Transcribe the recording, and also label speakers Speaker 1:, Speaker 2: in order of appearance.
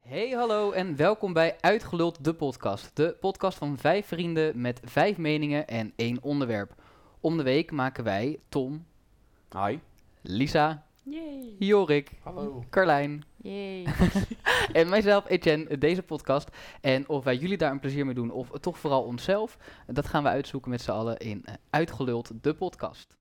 Speaker 1: Hey, hallo en welkom bij Uitgeluld, de podcast. De podcast van vijf vrienden met vijf meningen en één onderwerp. Om de week maken wij Tom,
Speaker 2: Hi.
Speaker 1: Lisa,
Speaker 3: Yay.
Speaker 1: Jorik,
Speaker 2: Hallo.
Speaker 1: Carlijn
Speaker 3: Yay.
Speaker 1: en mijzelf, Etienne, deze podcast. En of wij jullie daar een plezier mee doen of toch vooral onszelf, dat gaan we uitzoeken met z'n allen in eh, Uitgeluld, de podcast.